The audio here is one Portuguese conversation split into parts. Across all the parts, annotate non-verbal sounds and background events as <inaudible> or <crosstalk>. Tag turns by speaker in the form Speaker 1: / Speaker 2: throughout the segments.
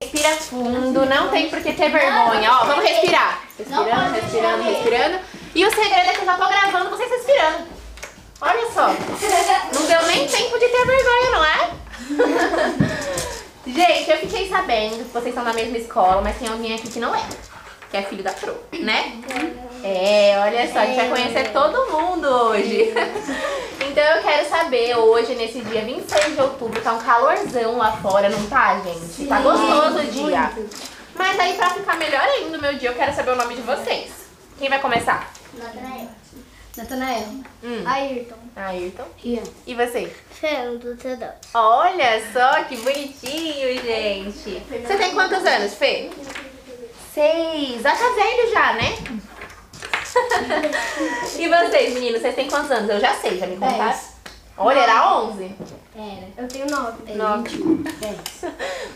Speaker 1: Respira fundo, não tem por que ter vergonha. Ó, vamos respirar. Respirando,
Speaker 2: pode
Speaker 1: respirando,
Speaker 2: deixar
Speaker 1: respirando. E o segredo é que eu já tô gravando vocês respirando. Olha só. Não deu nem tempo de ter vergonha, não é? <laughs> Gente, eu fiquei sabendo que vocês são da mesma escola, mas tem alguém aqui que não é. Que é filho da Pro, né? É, olha só, a gente vai conhecer todo mundo hoje. <laughs> Então eu quero saber, hoje, nesse dia 26 de outubro, tá um calorzão lá fora, não tá, gente? tá gostoso o dia. Mas aí, pra ficar melhor ainda o meu dia, eu quero saber o nome de vocês. Quem vai começar?
Speaker 2: Natanael.
Speaker 3: Natanael.
Speaker 1: Hum,
Speaker 2: Ayrton.
Speaker 1: Ayrton.
Speaker 3: Ian.
Speaker 1: E você?
Speaker 2: Fernando Tedão.
Speaker 1: Olha só que bonitinho, gente. Você tem quantos anos, Fê? Seis. Acha velho já, né? <laughs> e vocês, meninos, vocês têm quantos anos? Eu já sei, já me contaram.
Speaker 3: Dez.
Speaker 1: Olha, era 11.
Speaker 3: Pera.
Speaker 2: Eu tenho É, né? nove.
Speaker 1: Nove.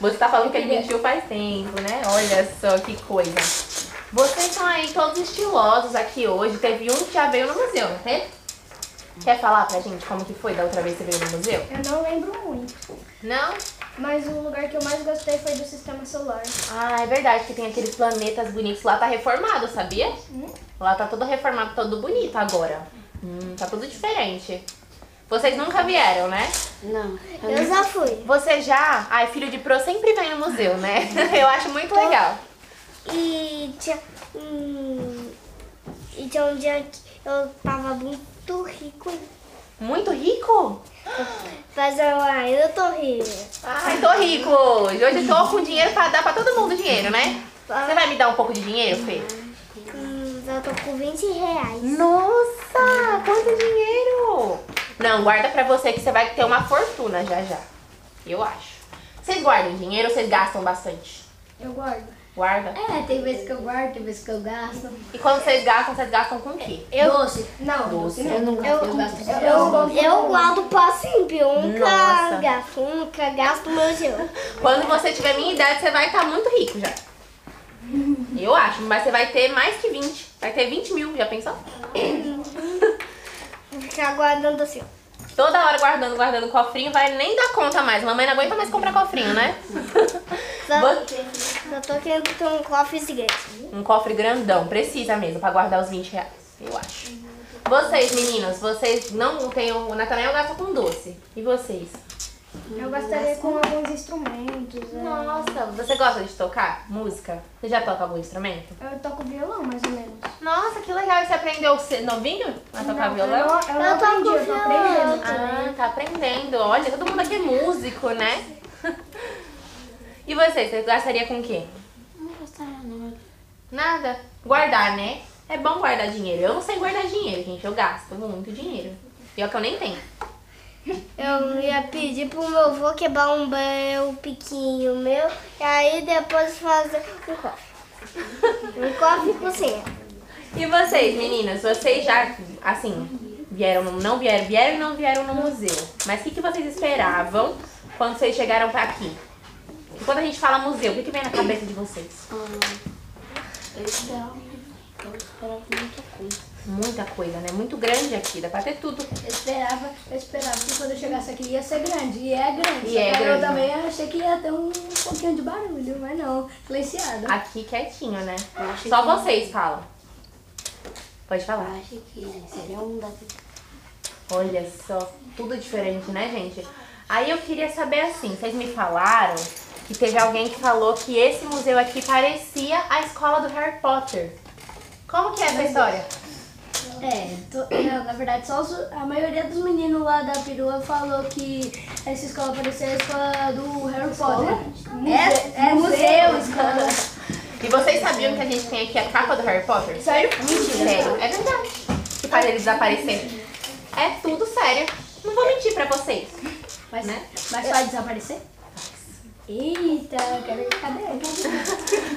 Speaker 1: Você tá falando que ele mentiu faz tempo, né? Olha só que coisa. Vocês estão aí todos estilosos aqui hoje. Teve um que já veio no museu, não teve? Quer falar pra gente como que foi da outra vez que você veio no museu?
Speaker 2: Eu não lembro muito,
Speaker 1: Não?
Speaker 2: mas o lugar que eu mais gostei foi do sistema solar.
Speaker 1: Ah, é verdade que tem aqueles planetas bonitos. Lá tá reformado, sabia? Lá tá todo reformado, todo bonito agora. Hum, tá tudo diferente. Vocês nunca vieram, né?
Speaker 3: Não.
Speaker 2: Eu já fui.
Speaker 1: Você já. Ai, filho de pro sempre vem no museu, né? <laughs> Eu acho muito legal.
Speaker 2: E tinha, hum, e tinha um dia que eu tava muito rico,
Speaker 1: Muito rico?
Speaker 2: mas eu ainda tô rico.
Speaker 1: Ai, tô rico hoje. Hoje eu tô com dinheiro pra dar pra todo mundo dinheiro, né? Você vai me dar um pouco de dinheiro, Fê?
Speaker 2: Hum, eu tô com 20 reais.
Speaker 1: Nossa, quanto dinheiro! Não, guarda pra você que você vai ter uma fortuna já já. Eu acho. Vocês guardam dinheiro ou vocês gastam bastante?
Speaker 2: Eu guardo.
Speaker 1: Guarda.
Speaker 3: É, tem vezes que eu guardo, tem vezes que eu gasto.
Speaker 1: E quando vocês gastam, vocês gastam com o quê?
Speaker 3: Doce. Não,
Speaker 1: Doce. né?
Speaker 3: Eu não gasto, eu, gasto.
Speaker 2: Eu, eu guardo pra sempre, Um eu
Speaker 1: Nossa.
Speaker 2: nunca gasto, nunca gasto meu dinheiro.
Speaker 1: Quando você tiver minha idade, você vai estar muito rico já. Eu acho, mas você vai ter mais que 20. Vai ter 20 mil, já pensou?
Speaker 2: Vou ficar guardando assim. ó.
Speaker 1: Toda hora guardando, guardando cofrinho, vai nem dar conta mais. Mamãe não aguenta mais comprar cofrinho, né?
Speaker 2: Só,
Speaker 1: Você-
Speaker 2: só tô querendo ter um cofre gigante.
Speaker 1: Um cofre grandão, precisa mesmo, pra guardar os 20 reais, eu acho. Vocês, meninos, vocês não têm. O Natanael gasta com doce. E vocês?
Speaker 2: Eu gostaria com alguns instrumentos. né?
Speaker 1: Nossa, você gosta de tocar música? Você já toca algum instrumento?
Speaker 2: Eu toco violão, mais ou menos.
Speaker 1: Nossa, que legal! E você aprendeu ser novinho a tocar Ah, violão?
Speaker 2: Eu, toco violão.
Speaker 1: Ah, tá aprendendo. Olha, todo mundo aqui é músico, né? <laughs> E vocês, vocês gastariam com o quê?
Speaker 3: Não gastaria nada.
Speaker 1: Nada. Guardar, né? É bom guardar dinheiro. Eu não sei guardar dinheiro, gente. Eu gasto muito dinheiro. E é que eu nem tenho.
Speaker 2: Eu ia pedir pro meu avô quebrar um banho piquinho meu e aí depois fazer um cofre. Um cofre com senha.
Speaker 1: E vocês, meninas? Vocês já, assim, vieram, no- não vieram, vieram e não vieram no museu. Mas o que, que vocês esperavam quando vocês chegaram pra aqui? E quando a gente fala museu, o que, que vem na cabeça de vocês?
Speaker 3: Eu esperava. Eu esperava muita coisa.
Speaker 1: Muita coisa, né? Muito grande aqui. Dá pra ter tudo.
Speaker 4: Eu esperava, eu esperava que quando eu chegasse aqui ia ser grande, e é grande.
Speaker 1: E
Speaker 4: Só
Speaker 1: é
Speaker 4: que aí
Speaker 1: grande.
Speaker 4: Eu também achei que ia ter um pouquinho de barulho, mas não, silenciado.
Speaker 1: Aqui quietinho, né?
Speaker 3: Eu acho
Speaker 1: Só
Speaker 3: que-
Speaker 1: vocês falam. Pode
Speaker 3: Eu
Speaker 1: falar.
Speaker 3: acho que seria um da...
Speaker 1: Olha só, tudo diferente, né, gente? Aí eu queria saber assim, vocês me falaram que teve alguém que falou que esse museu aqui parecia a escola do Harry Potter. Como que é essa história?
Speaker 4: É, tô- não, na verdade, só os- a maioria dos meninos lá da perua falou que essa escola parecia a escola do Harry Potter. É, é museu, escola.
Speaker 1: E vocês sabiam que a gente tem aqui a capa do Harry Potter?
Speaker 4: Sério?
Speaker 1: Sério, é verdade. Que faz ele desaparecer. É tudo sério. Não vou mentir pra vocês.
Speaker 4: Mas,
Speaker 1: Né?
Speaker 4: mas vai desaparecer? Eita, quero cadê?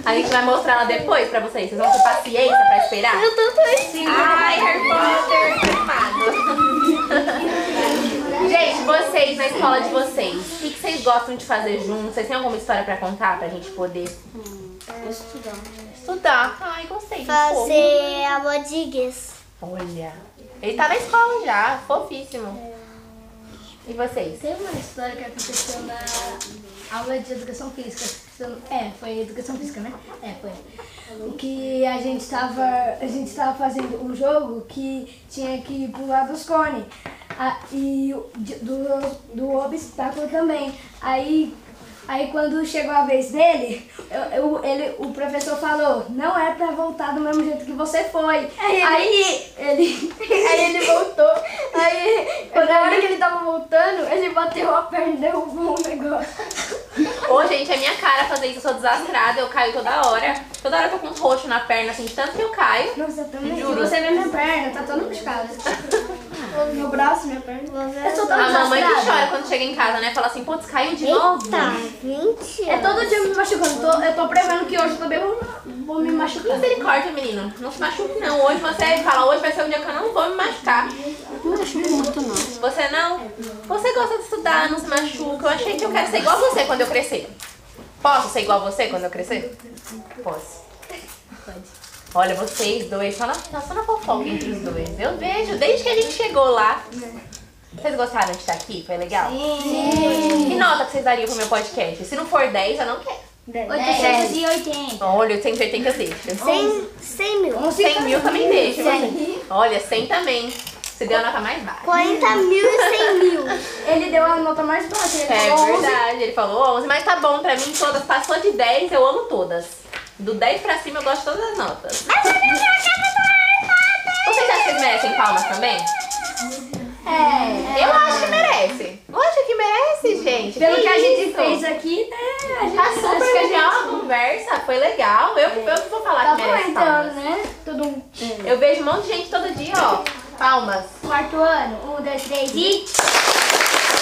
Speaker 1: A gente vai mostrar ela depois pra vocês. Vocês vão ter paciência pra esperar?
Speaker 2: Eu tô torcendo.
Speaker 1: Ai, Harry Potter, animado. gente, vocês na escola de vocês, o que, que vocês gostam de fazer juntos? Vocês têm alguma história pra contar pra gente poder?
Speaker 3: Hum, eu estudava.
Speaker 1: estudar. Ai, gostei. de fogo.
Speaker 2: Fazer a modigues.
Speaker 1: Olha. Ele tá na escola já, fofíssimo. E vocês?
Speaker 4: Tem uma história que aconteceu na aula de educação física. se eu não- É, foi educação física, né? É, foi. O Que a gente tava. A gente tava fazendo um jogo que tinha que pular dos cones. Ah, e o- de- do, do obstáculo também. Aí, aí quando chegou a vez dele, eu- eu- ele, o professor falou, não é pra voltar do mesmo jeito que você foi. Aí ele, aí ele voltou. Aí
Speaker 1: é
Speaker 4: na hora que ele tava voltando, ele bateu a perna e derrubou um negócio.
Speaker 1: Ô, gente, é minha cara fazer isso, eu sou desastrada, eu caio toda hora. Toda hora eu tô com um roxo na perna, assim, de tanto que eu caio.
Speaker 4: Nossa, eu também.
Speaker 1: Juro.
Speaker 4: Você vê minha perna, tá toda machucada. Meu braço, minha perna.
Speaker 2: Vou ver
Speaker 4: Eu sou
Speaker 1: A
Speaker 4: tão
Speaker 1: mamãe que
Speaker 4: desastrada.
Speaker 1: chora quando chega em casa, né? Fala assim, putz, caiu de novo.
Speaker 2: Eita, mentira.
Speaker 4: É todo dia me machucando. Tô- eu tô prevendo que hoje eu também vou, vou me machucar.
Speaker 1: Misericórdia, menino. Não se machuque, não. Hoje você fala, hoje vai ser um dia que eu não vou me machucar.
Speaker 3: Não acho muito, não.
Speaker 1: Você não? Você gosta de estudar, não se machuca. Eu achei que eu quero ser igual a você quando eu crescer. Posso ser igual a você quando eu crescer? Posso. Olha, vocês dois, só na, só na fofoca entre os dois. Eu vejo, desde que a gente chegou lá. Vocês gostaram de estar aqui? Foi legal? Sim. Que nota que vocês dariam pro meu podcast? Se não for 10, eu não quero.
Speaker 4: 880.
Speaker 1: Olha, 180 eu deixo.
Speaker 2: 100, 100 mil.
Speaker 1: 100 mil também deixa. Olha, 100 também. Se deu a nota mais baixa.
Speaker 2: 40 mil e 100 mil.
Speaker 4: Ele deu a nota mais baixa. Ele
Speaker 1: É
Speaker 4: falou 11.
Speaker 1: verdade, ele falou 11, mas tá bom pra mim todas, passou de 10, eu amo todas. Do 10 pra cima eu gosto de todas as notas. Vocês acham que eles merecem palmas também? É. Eu acho que merece. Lógico que merece, gente.
Speaker 4: Pelo que a gente
Speaker 1: isso?
Speaker 4: fez aqui, né? A gente
Speaker 1: Tá super
Speaker 4: acho que a gente-
Speaker 1: legal a conversa, foi legal. Eu, eu que vou falar
Speaker 4: Tá
Speaker 1: que merece
Speaker 4: comentando,
Speaker 1: palmas.
Speaker 4: né? Todo um
Speaker 1: Eu vejo um monte de gente todo dia, ó. Palmas.
Speaker 4: quarto ano. Um, dois, três e.